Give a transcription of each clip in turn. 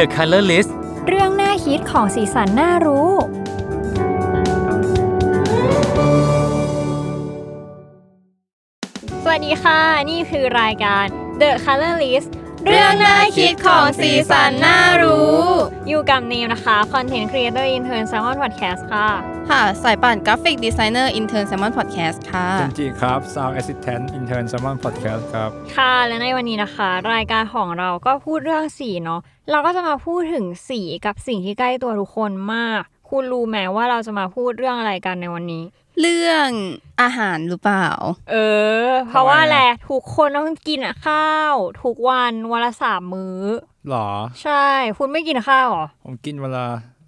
The Color List เรื่องหน้าฮิตของสีสันน่ารู้ สวัสดีค่ะ นี่คือรายการ The Color List เรื่องน่าคิดของสีสันน่ารู้ อยู่กับเนมนะคะ Content Creator Intern Salmon Podcast ค่ะ ค่ะ สายป่านกราฟิกดีไซเนอร์อินเทอร์แซมมอนพอดแคสต์ค่ะ จริงๆครับ Sound Assistant Intern Salmon Podcast ครับ ค่ะและในวันนี้นะคะ รายการของเราก็พูดเรื่องสีเนาะเราก็จะมาพูดถึงสีกับสิ่งที่ใกล้ตัวทุกคนมาก คุณรู้ไหมว่าเราจะมาพูดเรื่องอะไรกันในวันนี้ เรื่องอาหารหรือเปล่า เออ เพราะว่า ทำไมอะ แหละทุกคนต้องกินอะข้าว ทุกวันวันละสามมื้อ หรอ ใช่ คุณไม่กินข้าวเหรอ ผมกินเวลา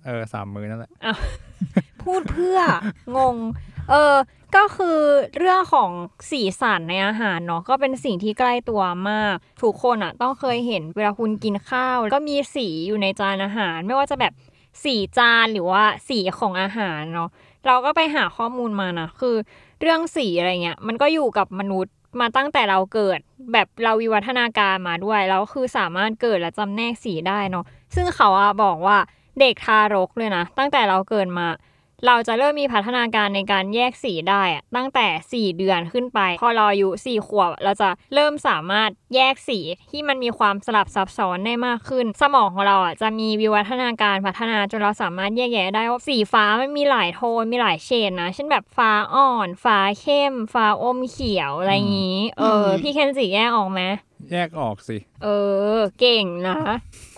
เออสามมื้อนั่นแหละ อ้าว พูดเพื่อ งง เออ ก็คือเรื่องของสีสันในอาหารเนาะก็เป็นสิ่งที่ใกล้ตัวมาก ทุกคนอะต้องเคยเห็นเวลาคุณกินข้าว ก็มีสีอยู่ในจานอาหาร ไม่ว่าจะแบบสีจานหรือว่าสีของอาหารเนาะ เราก็ไปหาข้อมูลมานะ คือเรื่องสีอะไรเงี้ย มันก็อยู่กับมนุษย์มาตั้งแต่เราเกิด แบบเราวิวัฒนาการมาด้วยแล้วคือสามารถเกิดและจำแนกสีได้เนาะซึ่งเขาอะบอกว่าเด็กทารกเลยนะ ตั้งแต่เราเกิดมา เราจะเริ่มมีพัฒนาการในการแยกสีได้อะตั้งแต่ 4 เดือนขึ้นไป พอเราอายุ4ขวบเราจะเริ่มสามารถแยกสีที่มันมีความสลับซับซ้อนได้มากขึ้น สมองของเราอ่ะจะมีวิวัฒนาการพัฒนาจนเราสามารถแยกแยะได้ว่าสีฟ้ามันมีหลายโทนมีหลายเฉดนะ เช่นแบบฟ้าอ่อน ฟ้าเข้ม ฟ้าอมเขียวอะไรอย่างนี้ เอออ ม พี่เคนสีแยกออกไหม แยกออกสิ เออ เก่งนะ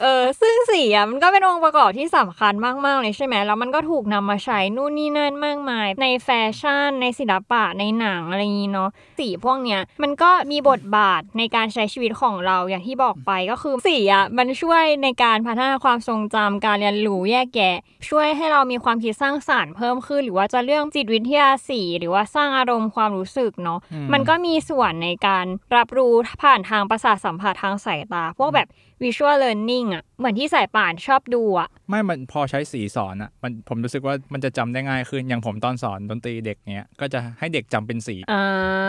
เออ ซึ่งสีอ่ะมันก็เป็นองค์ประกอบที่สำคัญมาก ๆ เลยใช่ไหม แล้วมันก็ถูกนำมาใช้นู่นนี่นั่นมากมาย ในแฟชั่น ในศิลปะ ในหนังอะไรอย่างนี้เนาะ สีพวกเนี้ย มันก็มีบทบาทในการใช้ชีวิตของเราอย่างที่บอกไปก็คือสีอ่ะมันช่วยในการพัฒนาความทรงจำการเรียนรู้แยกแยะ ช่วยให้เรามีความคิดสร้างสารรค์เพิ่มขึ้น หรือว่าจะเรื่องจิตวิทยาสีหรือว่าสร้างอารมณ์ความรู้สึกเนาะ อืม มันก็มีส่วนในการรับรู้ผ่านทางประสาทสัมผัสทางสายตา พวกแบบ visual learning อะเหมือนที่สายป่านชอบดูอะ ไม่มันพอใช้สีสอนอะมันผมรู้สึกว่ามันจะจำได้ง่ายขึ้น อย่างผมตอนสอนดนตรีเด็กเนี้ย ก็จะให้เด็กจำเป็นสี อ่า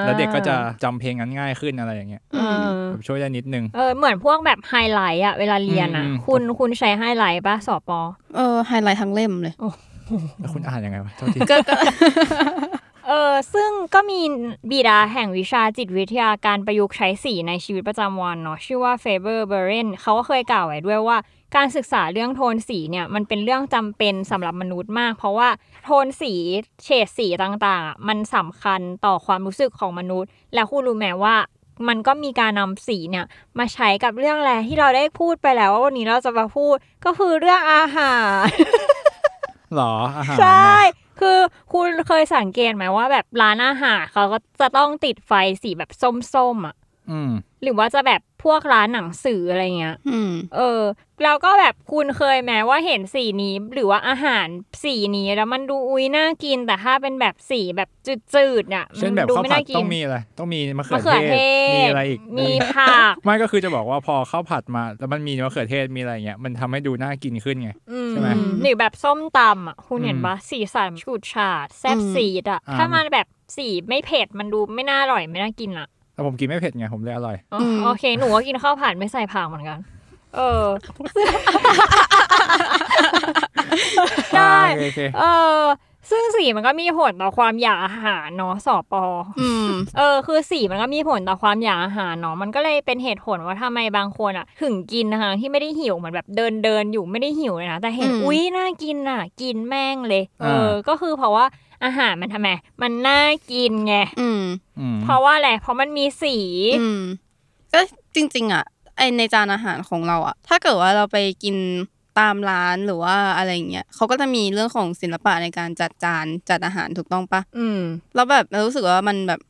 แล้วเด็กก็จะจำเพลงนั้นง่ายขึ้นอะไรอย่างเงี้ย เออ ผมช่วยได้นิดนึง เออ เหมือนพวกแบบไฮไลท์อะเวลาเรียนอะ อืม คุณคุณใช้ไฮไลท์ป่ะสอปอ เออไฮไลท์ทั้งเล่มเลย แล้วคุณอ่านยังไงวะเท่าที่ เออซึ่งก็มีบิดาแห่งวิชาจิตวิทยาการประยุกต์ใช้สีในชีวิตประจำวันเนาะชื่อว่าเฟเบอร์เบเรนเขาก็เคยกล่าวไว้ด้วยว่า การศึกษาเรื่องโทนสีเนี่ยมันเป็นเรื่องจำเป็นสำหรับมนุษย์มาก เพราะว่าโทนสีเฉดสีต่างๆอะมันสำคัญต่อความรู้สึกของมนุษย์ และคุณรู้ไหมว่า มันก็มีการนำสีเนี่ยมาใช้กับเรื่องแรกที่เราได้พูดไปแล้วว่าวันนี้เราจะมาพูดก็คือเรื่องอาหาร หรออาหาร ใช อะ ่ คือคุณเคยสังเกตไหมว่าแบบร้านอาหารเขาก็จะต้องติดไฟสีแบบส้มๆอ่ะ อืม หรือว่าจะแบบพวกร้านหนังสืออะไรเงี้ย อืม เออ แล้วก็แบบคุณเคยไหมว่าเห็นสีนี้หรือว่าอาหารสีนี้แล้วมันดูอุ้ยน่ากิน แต่ถ้าเป็นแบบสีแบบจืดๆเนี่ย เช่น มั แบบ ดู ข้าว ไม่ ผัด น่ากิ ต้ น องมีอะไร ต้องมีมะเขื มะ อ เขือ เท เท ศ มี ศ อะไรอีก มีผัก ไม่ก็คือจะบอกว่าพอข้าวผัดมา แล้วมันมีมะเขือเทศมีอะไรอย่างเงี้ยมันทำให้ดูน่ากินขึ้นไง อืม ใช่ไหม หรือแบบส้มตำอ่ะคุณเห็น อืม ปะสีสันฉูดฉาดแซ่บ อืม สีดอ่ะ อ่า ถ้ามันแบบสีไม่เผ็ดมันดูไม่น่าอร่อยไม่น่ากินอ่ะ แต่ผมกินไม่เผ็ดไงผมเลยอร่อย อ๋ออ ม โอเค หนูก็กินข้าวผัดไม่ใส่ผักเหมือนกัน เออ ได้ โอเคโอเค เออ ซึ่งสีมันก็มีผลต่อความอยากอาหารเนาะสอปอ อืม เออคือสีมันก็มีผลต่อความอยากอาหารเนาะมันก็เลยเป็นเหตุผลว่าทำไมบางคนอ่ะ ถึงกินอาหารที่ไม่ได้หิวเหมือนแบบเดินเดินอยู่ไม่ได้หิวเลยนะแต่เห็น อืม อุ๊ยน่ากินอ่ะ กินแม่งเลยเอออา ก็คือเพราะว่าอาหารมันทำไมมันน่ากินไง อืม อืม เพราะว่าอะไรเพราะมันมีสี อืมก็จริง ๆ อ่ะไอในจานอาหารของเราอ่ะ ถ้าเกิดว่าเราไปกินตามร้านหรือว่าอะไรอย่างเงี้ยเขาก็จะมีเรื่องของศิลปะในการจัดจานจัดอาหารถูกต้องปะ อืม แล้วแบบเรารู้สึกว่ามันแบบ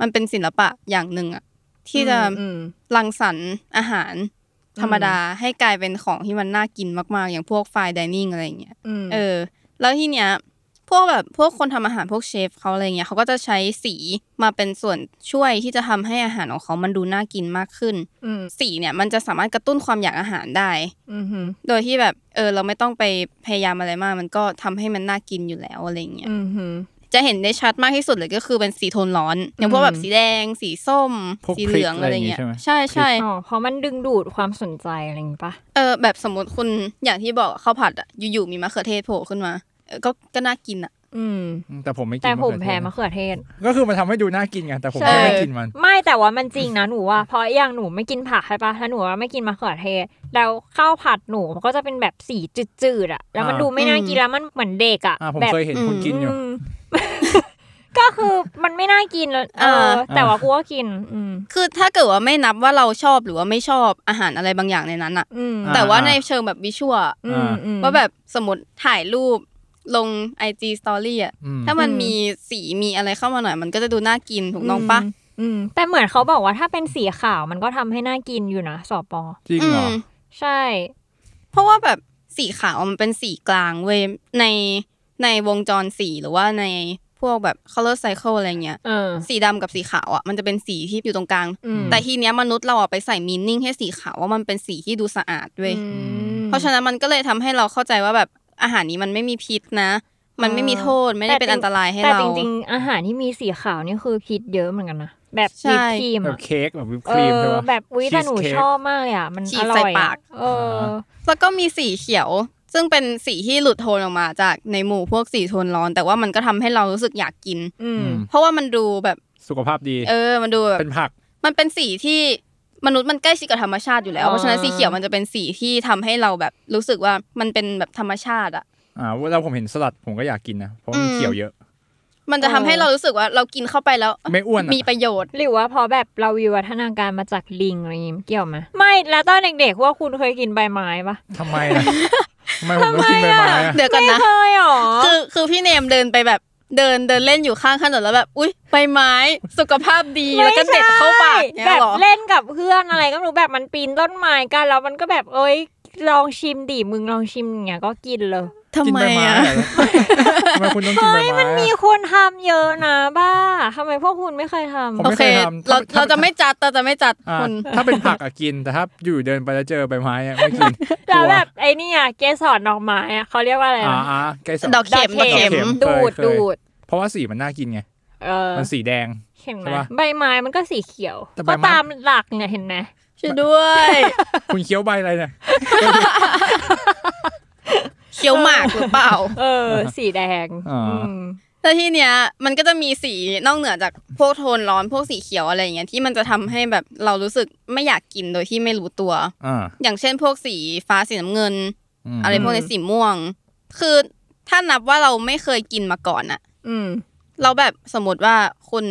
มันเป็นศิลปะอย่างหนึ่งอ่ะ ที่จะ อืม รังสรรค์อาหารธรรมดาให้กลายเป็นของที่มันน่ากินมากๆ อย่างพวกไฟดิเนิ่งอะไรอย่างเงี้ย อืม เออ แล้วที่เนี้ย พวกแบบพวกคนทำอาหารพวกเชฟเขาอะไรเงี้ยเขาก็จะใช้สีมาเป็นส่วนช่วยที่จะทำให้อาหารของเขามันดูน่ากินมากขึ้น อืม สีเนี่ยมันจะสามารถกระตุ้นความอยากอาหารได้ อืมอืม โดยที่แบบเออเราไม่ต้องไปพยายามอะไรมาก มันก็ทำให้มันน่ากินอยู่แล้วอะไรเงี้ย อืมอืม จะเห็นได้ชัดมากที่สุดเลยก็คือเป็นสีโทนร้อน อย่างพวกแบบสีแดง สีส้ม พวก สีเหลือง พริก อะ อะไร ไรอย่างงี้ เงี้ย ใช่ไหม ใช่ใช่ อ๋อเพราะมันดึงดูดความสนใจอะไรอย่างงี้ปะ เออแบบสมมติคุณอย่างที่บอกข้าวผัดอะอยู่ๆมีมะเขือเทศโผล่ขึ้นมาเออก็ก็น่ากินอะ อืม แต่ผมไม่กิน แต่ผม ะเขือเทศ แพ้มะเขือเทศ ก็คือมันทำให้ดูน่ากินไงแต่ผม ใช่ ไม่กินมัน ไม่แต่ว่ามันจริงนะหนูว่าเพราะอย่างหนูไม่กินผักใช่ปะแล้วหนูว่าไม่กินมะเขือเทศ แล้วข้าวผัดหนูมันก็จะเป็นแบบสีจืดๆอะแล้วมัน อ่า ดูไม่น่ากินแล้วมันเหมือนเด็กอะ อ่าผม แบบ เคยเห็นคุณกินอยู่ อืม ก็คือมันไม่น่ากินแล้วเออ อ่า แต่ว่ากูก็กิน อืม คือถ้าเกิดว่าไม่นับว่าเราชอบหรือว่าไม่ชอบอาหารอะไรบางอย่างในนั้นอะ อืม อ่า แต่ว่าในเชิงแบบวิชวลอะ อืมอืม ว่าแบบสมมติถ่ายรูปลง IG Story อะ อืม ถ้ามัน อืม มีสีมีอะไรเข้ามาหน่อย มันก็จะดูน่ากินถูกต้องปะ มอืม แต่เหมือนเขาบอกว่าถ้าเป็นสีขาวมันก็ทำให้น่ากินอยู่นะสอปอ จริงเหรอ ม ใช่ เพราะว่าแบบสีขาวมันเป็นสีกลางเว้ยในในวงจรสีหรือว่าในพวกแบบ color cycle อะไรเงี้ย เออ สีดำกับสีขาวอ่ะมันจะเป็นสีที่อยู่ตรงกลาง อืม แต่ทีเนี้ยมนุษย์เราอ่ะไปใส่มีนิ่งให้สีขาวว่ามันเป็นสีที่ดูสะอาดเว้ย อืม เพราะฉะนั้นมันก็เลยทำให้เราเข้าใจว่าแบบอาหารนี้มันไม่มีพิษนะ มันไม่มีโทษไม่ได้เป็น แต่จริง อันตรายให้ แต่ เรา จริงๆ อาหารที่มีสีขาวนี่คือพิษเยอะเหมือนกันนะ แบบ ใช่ วิปครีม แบบ อะ เค้กแบบวิปค เอ รีม อ ใช่ปะ แบบอุ้ยแต่หนู Cheesecake ชอบมากเลยอ่ะ มัน ฉี อ ด ร่ ใส่ อย ปา อะ ก เอออ า แล้วก็มีสีเขียว ซึ่งเป็นสีที่หลุดโทนออกมาจากในหมู่พวกสีโทนร้อน แต่ว่ามันก็ทำให้เรารู้สึกอยากกิน อืม อืม เพราะว่ามันดูแบบ สุขภาพดี เออ มันดูแบบ เป็นผัก มันเป็นสีที่มนุษย์มันใกล้ชิดกับธรรมชาติอยู่แล้ว อ๋อ เพราะฉะนั้นสีเขียวมันจะเป็นสีที่ทำให้เราแบบรู้สึกว่ามันเป็นแบบธรรมชาติอ่ะ อ่าเราผมเห็นสลัดผมก็อยากกินนะเพราะ อื มัน ม เขียวเยอะ มันจะทำให้เรารู้สึกว่าเรากินเข้าไปแล้ว ไม่อ้วนอะ มีประโยชน์ หรือว่าเพอแบบเราวิวัฒนาการมาจากลิงอะไรอย่างงี้เกี่ยวไหมไม่แล้วตอนเด็กๆว่าคุณเคยกินใบไม้ปะ ทำไม อะ ทำไมผมต้องกินใบไม้อะ เดี๋ยวกันนะ เคยหรอ คือคือพี่เนมเดินไปแบบเดินเดินเล่นอยู่ข้างถนนแล้วแบบ อุ้ยใบไม้สุขภาพดีแล้วก็เด็ดเข้าปาก แบ เนี่บยเหรอ เล่นกับเพื่อนอะไรก็ไม่รู้แบบมันปีนต้นไม้กันแล้วมันก็แบบเอ้ยลองชิมดิมึงลองชิมอย่างเงี้ยก็กินเลย ทำ กิน ไม ใบไม้ อ่ะ อะทำไมคุณต้องกินใบไม้อะ มีคนทำเยอะนะบ้าทำไมพวกคุณไม่เคยทำ ผม โอ ไม่ เค เคยทำ เรา ถ้ เราจะไม่จัดเราจะไม่จัด อ่า คน ถ้าเป็นผักอะกิน แต่ถ้าอยู่เดินไปแล้วเจอใบไม้อะไม่กินก แล้ว ลัว แบบไอ้นี่อะเกสรดอกไม้อะเขาเรียกว่าอะไร อ่า นะ อ่าไกลสน ดอกเข็มดอกเข็ม ดอกเข็ดูม ด เคยเคย ดูด เพราะว่าสีมันน่ากินไง เออ มันสีแดง เห็นไหม ใช่ปะ ใบไม้มันก็สีเขียว แต่ใบ ก็ ไม้ ตามหลักเนี่ยเห็นไหม ช่วย ด้วย คุณเคี้ยวใบอะไรเนี่ย เคี้ยวหมากหรือเปล่า เออ สีแดง อ่า ม แล้วที่เนี้ยมันก็จะมีสีนอกเหนือจากพวกโทนร้อนพวกสีเขียวอะไรอย่างเงี้ยที่มันจะทำให้แบบเรารู้สึกไม่อยากกินโดยที่ไม่รู้ตัว อ่า อย่างเช่น พวกสีฟ้าสีน้ำเงิน ม อะไรพวกในสีม่วง คือถ้านับว่าเราไม่เคยกินมาก่อนอะ อืม เราแบบสมมติว่าคน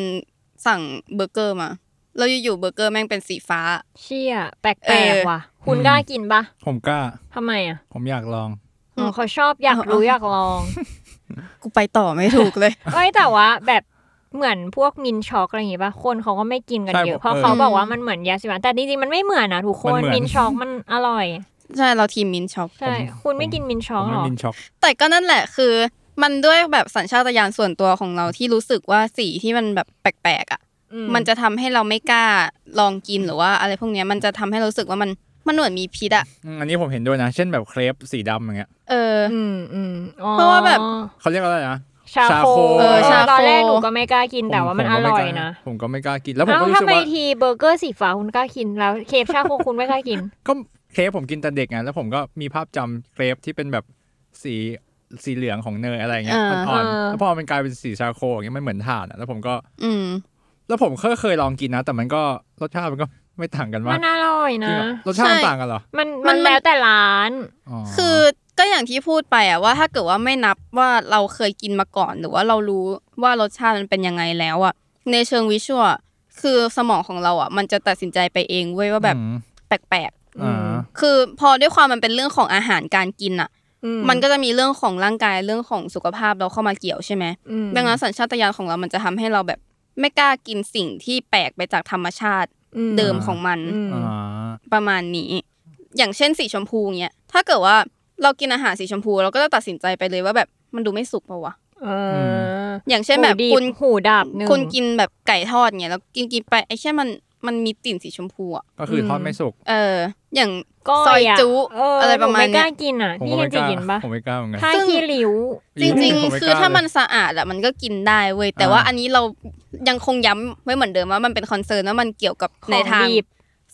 สั่งเบอร์เกอร์มา เราอยู่ๆเบอร์เกอร์แม่งเป็นสีฟ้า เชี่ยแปล เอก อ ๆว่ะ คุณกล้ากินปะ ผมกล้า ทำไมอ่ะ ผมอยากลอง อ๋อเขาชอบอยากรู้อยากล อง กูไปต่อไม่ถูกเลย เอ้ยแต่ว่าแบบเหมือนพวกมินช็อกอะไรอย่างงี้ป่ะคนเขาก็ไม่กินกัน ใช่ เยอะ ผม เพราะ เออ เขาบอกว่ามันเหมือนยาสีฟันแต่จริงๆมันไม่เหมือนนะทุกคน มันเหมือน มินช็อกมันอร่อย ใช่เราทีมมินช็อป ใช่ คุณไม่กินมินช็ ผ อก ม ห ไม่ รอ มินช็อก แต่ก็นั่นแหละคือ มันด้วยแบบสัญชาตญาณส่วนตัวของเราที่รู้สึกว่าสีที่มันแบบแปลกๆอ่ะ อื มันจะทำให้เราไม่กล้าลองกินหรือว่า อะไรพวกเนี้ยมันจะทำให้เรารู้สึกว่ามันมันเหมือนมีพิษอ่ะ อืมอันนี้ผมเห็นด้วยนะ เช่นแบบเครปสีดำอย่างเงี้ย เออ อืมอืมอ๋อ เพราะว่าแบบ เขาเรียกว่าอะไรนะ ชาโค เออชาโค ตอนแรกหนูก็ไม่กล้ากินแต่ว่ามัน ผ อ ก็ ร่อย ไกล้ นะ ผมก็ไม่กล้ากิน แล้วผม เอ้า ก็รู้ ทำ สึก ไม ว่า ทีเบอร์เกอร์สีฟ้าคุณกล้ากินแล้วเคฟชาโคคุณไม่กล้ากิน ก็เครปผมกินแต่เด็กไงแล้วผมก็มีภาพจำเครปที่เป็นแบบสี สีเหลืองของเนยอะไรเงี้ย อ่า อ่อน อ่า ๆแล้วพอมันกลายเป็นสีชาโคลอย่างเงี้ยมันเหมือนถ่านอะแล้วผมก็ อืม แล้วผมเคยเคยลองกินนะ แต่มันก็รสชาติมันก็ไม่ต่างกันมา มั ก นอร่อย จริ นะ งเหรอรสชาติมัน ใช่ ต่างกันเหรอ มัน มั มัน นแล้วแต่ร้าน คือก็อย่างที่พูดไปอะว่าถ้าเกิดว่าไม่นับว่าเราเคยกินมาก่อน หรือว่าเรารู้ว่ารสชาติมันเป็นยังไงแล้วอะในเชิงวิชวลอะคือสมองของเราอะมันจะตัดสินใจไปเองเว้ยว่าแบบ อืม แปลก อ่า ๆ คือพอด้วยความมันเป็นเรื่องของอาหารการกินอะ อื มันก็จะมีเรื่องของร่างกายเรื่องของสุขภาพเราเข้ามาเกี่ยวใช่ไหม อืม ดังนั้นสัญชาตญาณของเรามันจะทำให้เราแบบไม่กล้ากินสิ่งที่แปลกไปจากธรรมชาติ อื เดิมของมัน อืม อ่า ประมาณนี้ อย่างเช่นสีชมพูเนี้ย ถ้าเกิดว่าเรากินอาหารสีชมพู เราก็จะตัดสินใจไปเลยว่าแบบมันดูไม่สุกเปล่าวะ เออ อย่างเช่นแบบ หูดิ คุณ หูดับหนึ่ง คุณกินแบบไก่ทอดเนี้ยแล้วกินกินไปไอ้เช่นมันมันมีติ่นสีชมพูอ่ะ ก็คือทอดไม่สุก เออ อย่าง ก้ ซอย ะ จุ เ อะไรประมาณ หไม่ก เนี้ ล้าย กินอ่ะ ผม นี่ ก็ ยั ไม่ น ก จะ ล้า กินปะ ผมไม่กล้าเหมือนกัน ถ้า ซึ่ง ขี้หลิว จริง ผม ๆ ไก คื ล้ อถ้ามัน เลย สะอาดอะมันก็กินได้เว้ยแต่ อ่า ว่าอันนี้เรายังคงย้ำไว้เหมือนเดิมว่ามันเป็นคอนเซิร์นว่ามันเกี่ยวกับ ของ ในทาง ดิบ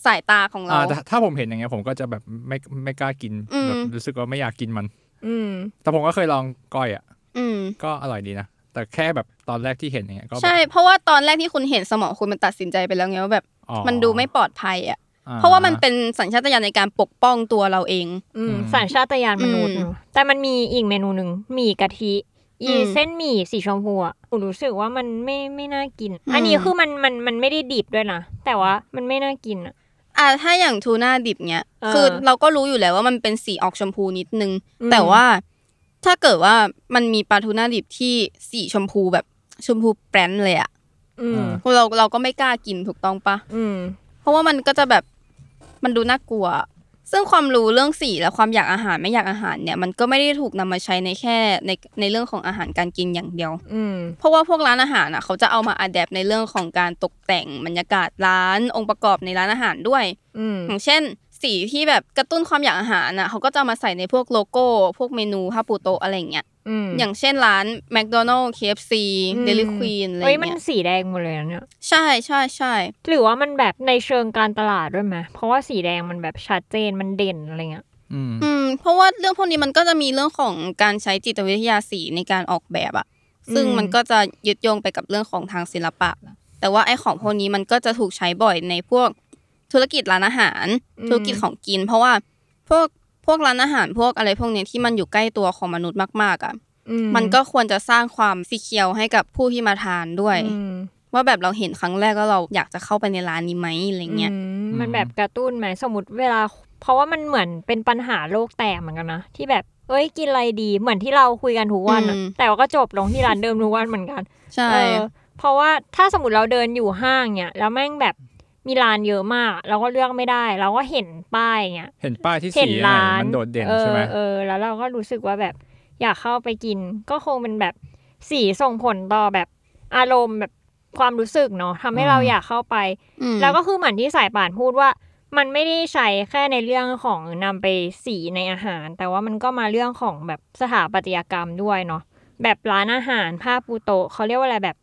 สายตาของเรา อ่าถ้าถ้าผมเห็นอย่างเงี้ยผมก็จะแบบไม่ไม่กล้ากิน อืม แบบรู้สึกว่าไม่อยากกินมัน อืม แต่ผมก็เคยลองก้อยอ่ะ อืม ก็อร่อยดีนะ แต่แค่แบบตอนแรกที่เห็นอย่างเงี้ยก็แบบ ใช่ เพราะว่าตอนแรกที่คุณเห็นสมองคุณมันตัดสินใจไปแล้วไงว่าแบบ อ๋อ มันดูไม่ปลอดภัยอ่ะ อ่ เพราะว่ามันเป็นสัญชาตญาณในการปกป้องตัวเราเอง อืม อืม สัญชาตญาณมนุษย์ อืม เนอะแต่มันมีอีกเมนูหนึ่งหมี่กะทิ อื อี ม เส้นหมี่สีชมพูอ่ะกูรู้สึกว่ามันไม่ไม่น่ากิน อืม อันนี้คือมันมันมันไม่ได้ดิบด้วยนะ แต่ว่ามันไม่น่ากินอ่ะ อ่ะถ้าอย่างทูน่าดิบเนี้ย เออ คือเราก็รู้อยู่แล้วว่ามันเป็นสีออกชมพูนิดนึง อืม แต่ว่าถ้าเกิดว่ามันมีปลาทูน่าดิบที่สีชมพูแบบชมพูแปรนเลยอ่ะ อืม อ่า เราเราก็ไม่กล้ากินถูกต้องปะ อืม เพราะว่ามันก็จะแบบมันดูน่ากลัว ซึ่งความรู้เรื่องสีและความอยากอาหารไม่อยากอาหารเนี่ย มันก็ไม่ได้ถูกนำมาใช้ในแค่ในในเรื่องของอาหารการกินอย่างเดียว อืม เพราะว่าพวกร้านอาหารอ่ะเขาจะเอามาอัดแอในเรื่องของการตกแต่งบรรยากาศร้านองค์ประกอบในร้านอาหารด้วย อืม อย่างเช่น สีที่แบบกระตุ้นความอยากอาหารอ่ะเขาก็จะเอามาใส่ในพวกโลโก้ พวกเมนูฮาปูโตะอะไรอย่างเงี้ย อืม อย่างเช่นร้าน McDonald KFC อืม Dairy Queen อะไรอ เฮ้ย ย่าง มัน เงี้ย สีแดงหมดเลยนะเนี่ย ใช่ใช่ใช่ หรือว่ามันแบบในเชิงการตลาดด้วยไหมเพราะว่าสีแดงมันแบบชัดเจนมันเด่นอะไรเงี้ย อืม อืมเพราะว่าเรื่องพวกนี้มันก็จะมีเรื่องของการใช้จิตวิทยาสีในการออกแบบอ่ะซึ่ง อืม มันก็จะยึดโยงไปกับเรื่องของทางศิลปะ แต่ว่าไอ้ของพวกนี้มันก็จะถูกใช้บ่อยในพวกธุรกิจร้านอาหาร อืม ธุรกิจของกิน เพราะว่าพวกพวกร้านอาหารพวกอะไรพวกเนี้ยที่มันอยู่ใกล้ตัวของมนุษย์มากๆอ่ะ อื มันก็ควรจะสร้างความสีเขียวให้กับผู้ที่มาทานด้วย อืม ว่าแบบเราเห็นครั้งแรกก็เราอยากจะเข้าไปในร้านนี้ไหมอะไรเงี้ย อืมมันแบบกระตุ้นไหมสมมติเวลา เพราะว่ามันเหมือนเป็นปัญหาโลกแตกเหมือนกันนะ ที่แบบ เอ้ยกินอะไรดีเหมือนที่เราคุยกันทุกวันอะ อืม แต่ว่าก็จบลงที่ร้านเดิมทุกวันเหมือนกัน ใช่ เออเพราะว่าถ้าสมมติเราเดินอยู่ห้างเนี่ยแล้วแม่งแบบมีร้านเยอะมาก เราก็เลือกไม่ได้ เราก็เห็นป้ายเนี่ย เห็นป้ายที่ เห็ สี น อะไร ร้าน มันโดดเด่นใช่ไหม ออเออ แล้วเราก็รู้สึกว่าแบบอยากเข้าไปกิน ก็คงเป็นแบบสีส่งผลต่อแบบอารมณ์แบบความรู้สึกเนาะทำให้เราอยากเข้าไป ม แล้วก็คือเหมือนที่สายป่านพูดว่า มันไม่ได้ใช้แค่ในเรื่องของนำไปสีในอาหาร แต่ว่ามันก็มาเรื่องของแบบสถาปัตยกรรมด้วยเนาะแบบร้านอาหารภาพปูโตะเขาเรียกว่าอะไรแบบ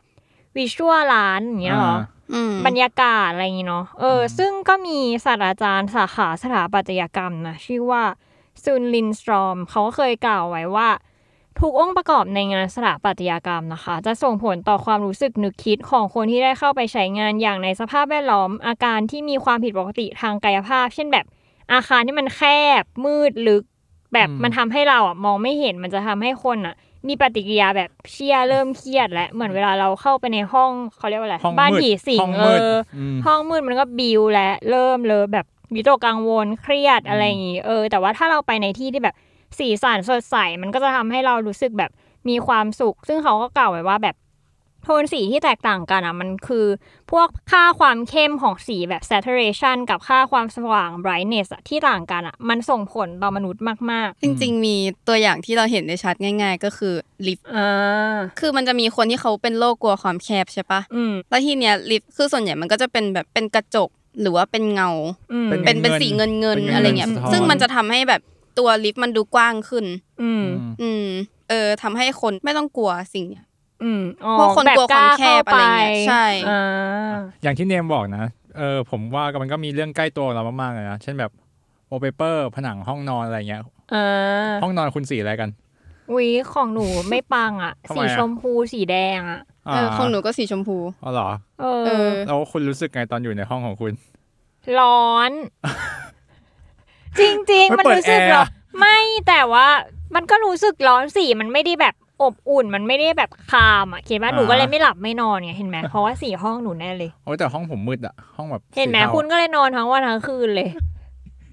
วิชวลร้านอย่างเงี้ยเหรอ า อืม บรรยากาศอะไรอย่างงี้เนาะ เอออซึ่งก็มีศาสตราจารย์สาขาสถาปัตยกรรมนะชื่อว่าซุนลินสตรอม เขาก็เคยกล่าวไว้ว่า ทุกองค์ประกอบในงานสถาปัตยกรรมนะคะ จะส่งผลต่อความรู้สึกนึกคิดของคนที่ได้เข้าไปใช้งานอย่างในสภาพแวดล้อม อาการที่มีความผิดปกติทางกายภาพ เช่นแบบอาคารที่มันแคบ มืดลึก แบบ อืม มันทำให้เราอ่ะมองไม่เห็นมันจะทำให้คนอ่ะ มีปฏิกิริยาแบบเชียเริ่มเครียดและเหมือนเวลาเราเข้าไปในห้องเขาเรียกว่าอะไร ห้อง บ้าน มืด ผีสิ ห้อง งเอ มืด อ ม ห้องมืดมันก็บิวและเริ่มเลยแบบวิตกกังวลเครียดอะไรอย่างงี้เออ แต่ว่าถ้าเราไปในที่ที่แบบสีสันสดใสมันก็จะทำให้เรารู้สึกแบบมีความสุข ซึ่งเขาก็กล่าวไว้ว่าแบบโทนสีที่แตกต่างกันอ่ะมันคือ พวกค่าความเข้มของสีแบบ saturation กับค่าความสว่าง brightness อะที่ต่างกันอ่ะมันส่งผลต่อมนุษย์มาก จริง ๆ มีตัวอย่างที่เราเห็นได้ชัดง่าย ๆ ก็คือลิฟต์ ๆอ่า คือมันจะมีคนที่เขาเป็นโรคกลัวความแคบใช่ปะ อืม แล้วทีเนี้ยลิฟต์คือส่วนใหญ่มันก็จะเป็นแบบเป็นกระจกหรือว่าเป็นเงา อืม เป็นเป็น เป็น สี เงิ เงิ น นเป็นเงินเงิน อะไรเงี้ย สะท้อน ซึ่งมันจะทำให้แบบตัวลิฟต์มันดูกว้างขึ้น อืม อืม อืม เออทำให้คนไม่ต้องกลัวสิ่งเนี้ย อืมอ๋อ พวกคน แบบ กลัวความแคบอะไรกเงี้ยล้าข้าป ใช่ อ่า อย่างที่เนมบอกนะ เออผมว่ามันก็มีเรื่องใกล้ตัวเรามากๆเลยนะ เช่นแบบโอเปเปอร์ผนังห้องนอนอะไรเงี้ย อ่า ห้องนอนคุณสีอะไรกัน วิของหนูไม่ปังอ่ะ ทำไม สี อะ ชมพูสีแดงอ่ะ เออของหนูก็สีชมพู อ๋อเหรอ เอ เอ อ อ แล้วคุณรู้สึกไงตอนอยู่ในห้องของคุณ ร้อน จริง ๆ ไม่ มัน เปิด รู้สึก แอร์ เหรอ อะ ไม่แต่ว่ามันก็รู้สึกร้อนสีมันไม่ได้แบบอบอุ่น มันไม่ได้แบบคามอ่ะคิดว่าหนูก็เลยไม่หลับไม่นอนไงเห็นไหมเพราะว่าสีห้องหนูแน่เลย โอ้ยแต่ห้องผมมืดอะห้องแบบ เห็นไหม สีทา คุณก็เลยนอนทั้งวันทั้งคืนเลย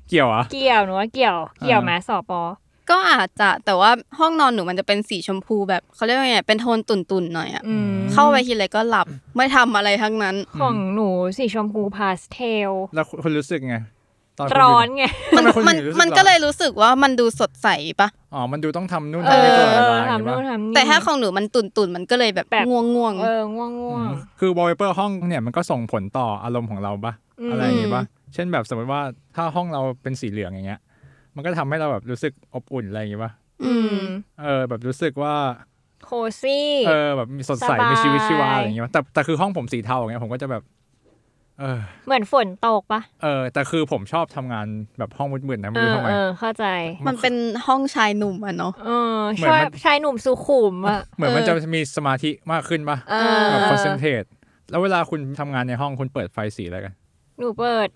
เกี่ยวอะ เกี่ยวหนูว่าเกี่ยว เกี่ยวไหมสอปอ ก็อาจจะแต่ว่าห้องนอนหนูมันจะเป็นสีชมพูแบบเขาเรียกว่าไงเป็นโทนตุ่นๆหน่อยอะ อืม เข้าไปทีไรก็หลับไม่ทำอะไรทั้งนั้น ของหนูสีชมพูพาสเทล แล้วคุณคุณรู้สึกไงตอนคุณ ร้อน ยู่ ไง ทำไมคุณ มัน ถึงรู้สึ มัน ร้อ ก็เลยรู้สึกว่ามันดูสดใสปะ อ๋อ มันดูต้องทำนู่น เอ ทำนี่ตลอดเว อ ลาอย่าง ทำ งี้ นู่น ปะ ทำนี่ แต่ถ้าของหนูมันตุ่นตุนๆมันก็เลยแบบ แบบ ง่วงง่วงๆ เออง่วงง่วง คือ w a l l p a p e r ห้องเนี่ยมันก็ส่งผลต่ออารมณ์ของเราปะ อืม อะไรอย่างงี้ปะเช่นแบบสมมติว่าถ้าห้องเราเป็นสีเหลืองอย่างเงี้ย มันก็ทำให้เราแบบรู้สึกอบอุ่นอะไรอย่างงี้ปะ อืม เออแบบรู้สึกว่า โคซี่ เออแบบมีสดใส สบาย มีชีวิตชีวาอะไรอย่างเงี้ยปะแต่แต่คือห้องผมสีเทาอย่างเงี้ยผมก็จะแบบ เออ เหมือนฝนตกปะ เออแต่คือผมชอบทำงานแบบห้องมืดๆนะไม่ เอ รู้ อ ทำไม เออเข้าใจ มันเป็นห้องชายหนุ่มอะเนาะ เออ เหมื ช อน อ มั บ น ชายหนุ่มสุขุมอ่ะ เหมือนมัน เอ จะ อ มีสมาธิมากขึ้นปะ เออ แบบคอนเซนเทรตแล้วเวลาคุณทำงานในห้องคุณเปิดไฟสีอะไรกัน หนูเปิด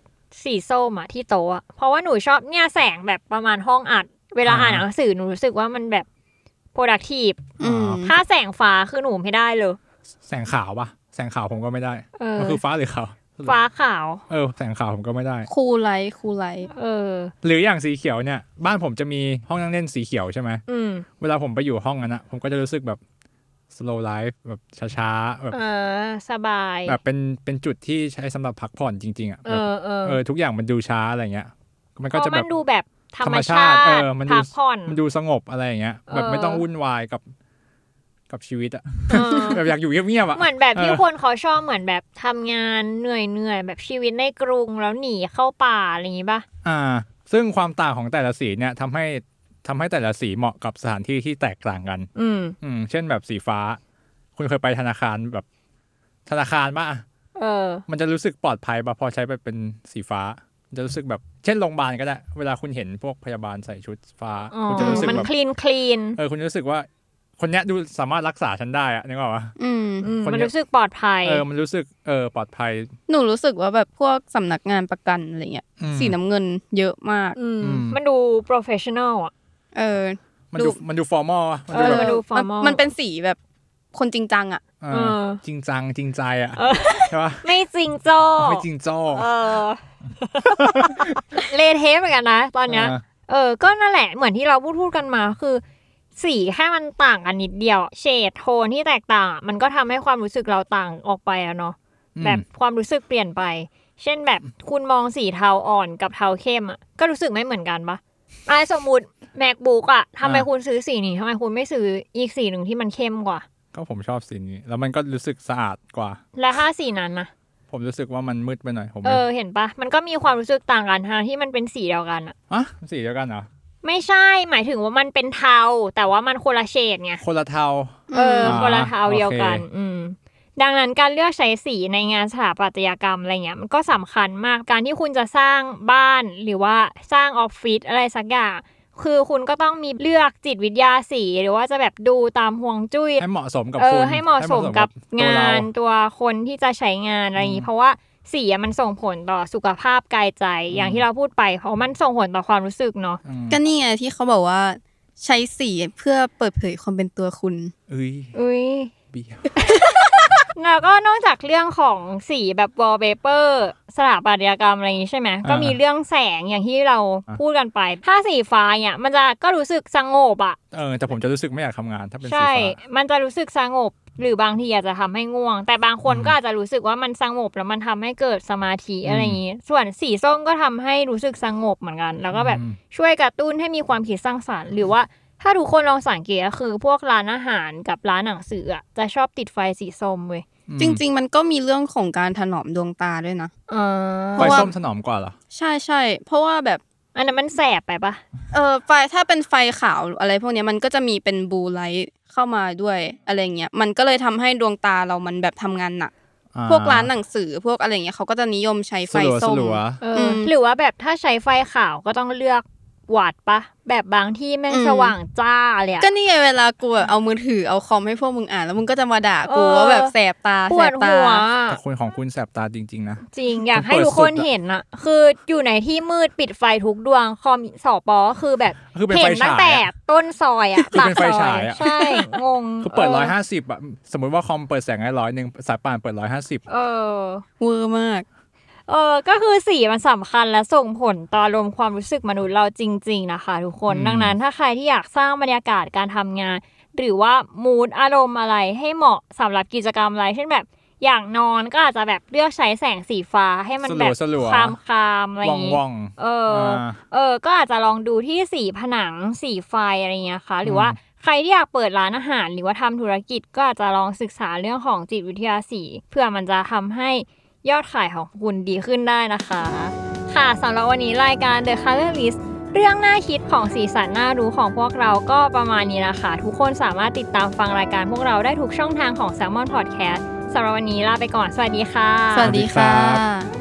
สีส้มอ่ะที่โต๊ะอะเพราะว่าหนูชอบเนี่ยแสงแบบประมาณห้องอัด เวลา อ่า อ่านหนังสือหนูรู้สึกว่ามันแบบ productive อืม ถ้าแสงฟ้าคือหนูไม่ได้เลย แสงขาวปะแสงขาวผมก็ไม่ได้ เออ มันคือฟ้าหรือขาว ฟ้าขาว เออแสงขาวผมก็ไม่ได้ คูลไลท์คูลไลท์ เออ หรืออย่างสีเขียวเนี่ย บ้านผมจะมีห้องนั่งเล่นสีเขียวใช่ไหม อืม เวลาผมไปอยู่ห้องนั้นอะผมก็จะรู้สึกแบบ slow life แบบช้าๆแบบ เออสบาย แบบเป็นเป็นจุดที่ใช้สำหรับพักผ่อนจริงๆอะ เอ แบบ อเออ เออทุกอย่างมันดูช้าอะไรเงี้ยมัน เพ ก็จะ ราะ แบ มั บ นดูแบบธรรมชา เอ ติ อมันดู พักผ่อน มันดูสงบอะไรอย่างเงี้ย แบบไม่ต้องวุ่นวายกับกับชีวิตอะ เออ แบบอยากอยู่เงียบๆอะ เหมือนแบบที่ เออ คนเขาชอบเหมือนแบบทำงานเหนื่อยเหนื่อยๆแบบชีวิตในกรุงแล้วหนีเข้าป่าอะไรอย่างงี้ป่ะ อ่า ซึ่งความต่างของแต่ละสีเนี่ยทำให้ทำให้แต่ละสีเหมาะกับสถานที่ที่แตกต่างกัน อืม อืม เช่นแบบสีฟ้า คุณเคยไปธนาคารแบบธนาคารป่ะ เออ มันจะรู้สึกปลอดภัยป่ะพอใช้แบบเป็นสีฟ้ามันจะรู้สึกแบบเช่นโรงพยาบาลก็ได้ เวลาคุณเห็นพวกพยาบาลใส่ชุดฟ้า อ๋อ คุณจะรู้สึก มัน แบบ คลีนคลีน เออคุณจะรู้สึกว่า คนเนี้ยดูสามารถรักษาฉันได้อะนึกออกปะ อืม คนเนี้ย มันรู้สึกปลอดภัย เออมันรู้สึกเออปลอดภัย หนูรู้สึกว่าแบบพวกสำนักงานประกันอะไรเงี้ย อืม สีน้ำเงินเยอะมาก อืม อืม มันดู professional อ่ะ เออ มันดู ดู มันดูฟอร์มอลมัน เอ ดู อ แบบ มันดู มัน formal มันเป็นสีแบบคนจริงจังอะ เอ เอ อ อ จริงจังจริงใจอ่ะใช่ปะ ไม่จริงจ้อ ไม่จริงจ้อ เออ เลเทสเหมือนกันนะ ตอนเนี้ย อ่า เออ ก็นั่นแหละเหมือนที่เราพูดพูดกันมาคือ สีแค่มันต่างกันนิดเดียว เฉดโทนที่แตกต่างอะมันก็ทำให้ความรู้สึกเราต่างออกไปอะเนาะ อืม แบบความรู้สึกเปลี่ยนไป เช่นแบบคุณมองสีเทาอ่อนกับเทาเข้มอ่ะ ก็รู้สึกไม่เหมือนกันปะอ่ะสมมติ macbook อ่ะทำไมคุณซื้อสีนี้ทำไมคุณไม่ซื้ออีกสีหนึ่งที่มันเข้มกว่า ก็ผมชอบสีนี้ แล้วมันก็รู้สึกสะอาดกว่า และถ้าสีนั้นนะ ผมรู้สึกว่ามันมืดไปหน่อยผม เออเห็นปะมันก็มีความรู้สึกต่างกันทางที่มันเป็นสีเดียวกันอ่ะ อ่ะสีเดียวกันเหรอ ไม่ใช่หมายถึงว่ามันเป็นเทา แต่ว่ามันคนละเฉดไง คนละเทา เออ อ่า คนละเทาเดียวกัน โอเค อืม ดังนั้นการเลือกใช้สีในงานสถาปัตยกรรมอะไรเงี้ยมันก็สำคัญมากการที่คุณจะสร้างบ้านหรือว่าสร้างออฟฟิศอะไรสักอย่างคือคุณก็ต้องมีเลือกจิตวิทยาสีหรือว่าจะแบบดูตามห่วงจุ้ย ให้เหมาะสมกับ เอ คุ อ ณ ให้เหมาะสมกับ ให้เหมะสมกับตัวเรง านตัวคนที่จะใช้งานอะไรอย่างนี้เพราะว่าสีอะมันส่งผลต่อสุขภาพกายใจ อย่างที่เราพูดไป เพราะมันส่งผลต่อความรู้สึกเนาะ อืม ก็นี่ไงที่เขาบอกว่า ใช้สีเพื่อเปิดเผยความเป็นตัวคุณ เอ้ย อุ้ย เบี้ยว แล้วก็นอกจากเรื่องของสีแบบวอลเปเปอร์สถาปัตยกรรมอะไรอย่างนี้ใช่ไหมก็มีเรื่องแสงอย่างที่เราพูดกันไป ถ้าสีฟ้าเนี่ยมันจะก็รู้สึกสงบอ่ะ เออแต่ผมจะรู้สึกไม่อยากทำงานถ้าเป็นสี ใช่ ฟ้า มันจะรู้สึกสงบ หรือบางทีอาจจะทำให้ง่วง แต่บางคนก็อาจจะรู้สึกว่ามันสงบแล้วมันทำให้เกิดสมาธิอะไรอย่างนี้ ส่วนสีส้มก็ทำให้รู้สึกสงบเหมือนกัน แล้วก็แบบช่วยกระตุ้นให้มีความคิดสร้างสรรค์ หรือว่าถ้าทุกคนลองสังเกตก็คือพวกร้านอาหารกับร้านหนังสืออะจะชอบติดไฟสีส้มเว้ย อืม จริง ๆ มันก็มีเรื่องของการถนอมดวงตาด้วยนะ เออ ไฟ เพราะว่า ส้มถนอมกว่าเหรอ ใช่ใช่เพราะว่าแบบ อันนั้นมันแสบไปปะ เออไฟถ้าเป็นไฟขาวอะไรพวกเนี้ยมันก็จะมีเป็นบลูไลท์เข้ามาด้วยอะไรเงี้ยมันก็เลยทำให้ดวงตาเรามันแบบทำงานหนัก อ่ พวกร้านหนังสือพวกอะไรเงี้ยเขาก็จะนิยมใช้ไฟ สลัว ส้ม สลัว เออ ม อหรือว่าแบบถ้าใช้ไฟขาวก็ต้องเลือก วัดปะแบบบางที่แม่ง อืม สว่างจ้าเลยอะ ก็นี่ไงเวลากูแบบเอามือถือเอาคอมให้พวกมึงอ่าน แล้วมึงก็จะมาด่ากู เออ ว่าแบบแสบตา ป แส วด บตา หัว แต่คนของคุณแสบตาจริง ๆ นะ จริงอยาก ผม ให้ เปิด ทุกคน สุดอะ เห็นอะคืออยู่ในที่มืดปิดไฟทุกดวงคอมสอปอคือแบบ คือเป็น เห็ ไฟ น ฉายอะ ตั้งแต่ต้นซอยอะ คือ ปาก เป็นไฟ ซอ ฉาย ย อะ ใช่ งง คือเปิด ออ ร้อยห้าสิบอะสมมติว่าคอมเปิดแสงได้ร้อยหนึ่งสายป่านเปิดร้อยห้าสิบ เออ เวอร์มาก เออก็คือสีมันสำคัญและส่งผลต่ออารมณ์ความรู้สึกมนุษย์เราจริง ๆ นะคะ ทุกคนดังนั้นถ้าใครที่อยากสร้างบรรยากาศการทำงาน หรือว่ามูดอารมณ์อะไรให้เหมาะสำหรับกิจกรรมอะไร เช่นแบบอย่างนอนก็อาจจะแบบเลือกใช้แสงสีฟ้าให้มันแบบ สลัว คามคามๆอะไรอ ว่อย่าง งงี้ ว่อง เอ ๆ ออา เออ ก็อาจจะลองดูที่สีผนังสีไฟอะไรอย่างเงี้ยค่ะ หรือว่า อืม ใครที่อยากเปิดร้านอาหาร หรือว่าทำธุรกิจก็อาจจะลองศึกษาเรื่องของจิตวิทยาสีเพื่อมันจะทำให้ยอดขายของคุณดีขึ้นได้นะคะ ค่ะสำหรับวันนี้รายการ The Color List เรื่องน่าคิดของสีสันน่ารู้ของพวกเราก็ประมาณนี้นะคะ ทุกคนสามารถติดตามฟังรายการพวกเราได้ทุกช่องทางของ s ซ l m o n Podcast สำหรับวันนี้ลาไปก่อนสวัสดีค่ะ สวัสดี ครั คบ่ะ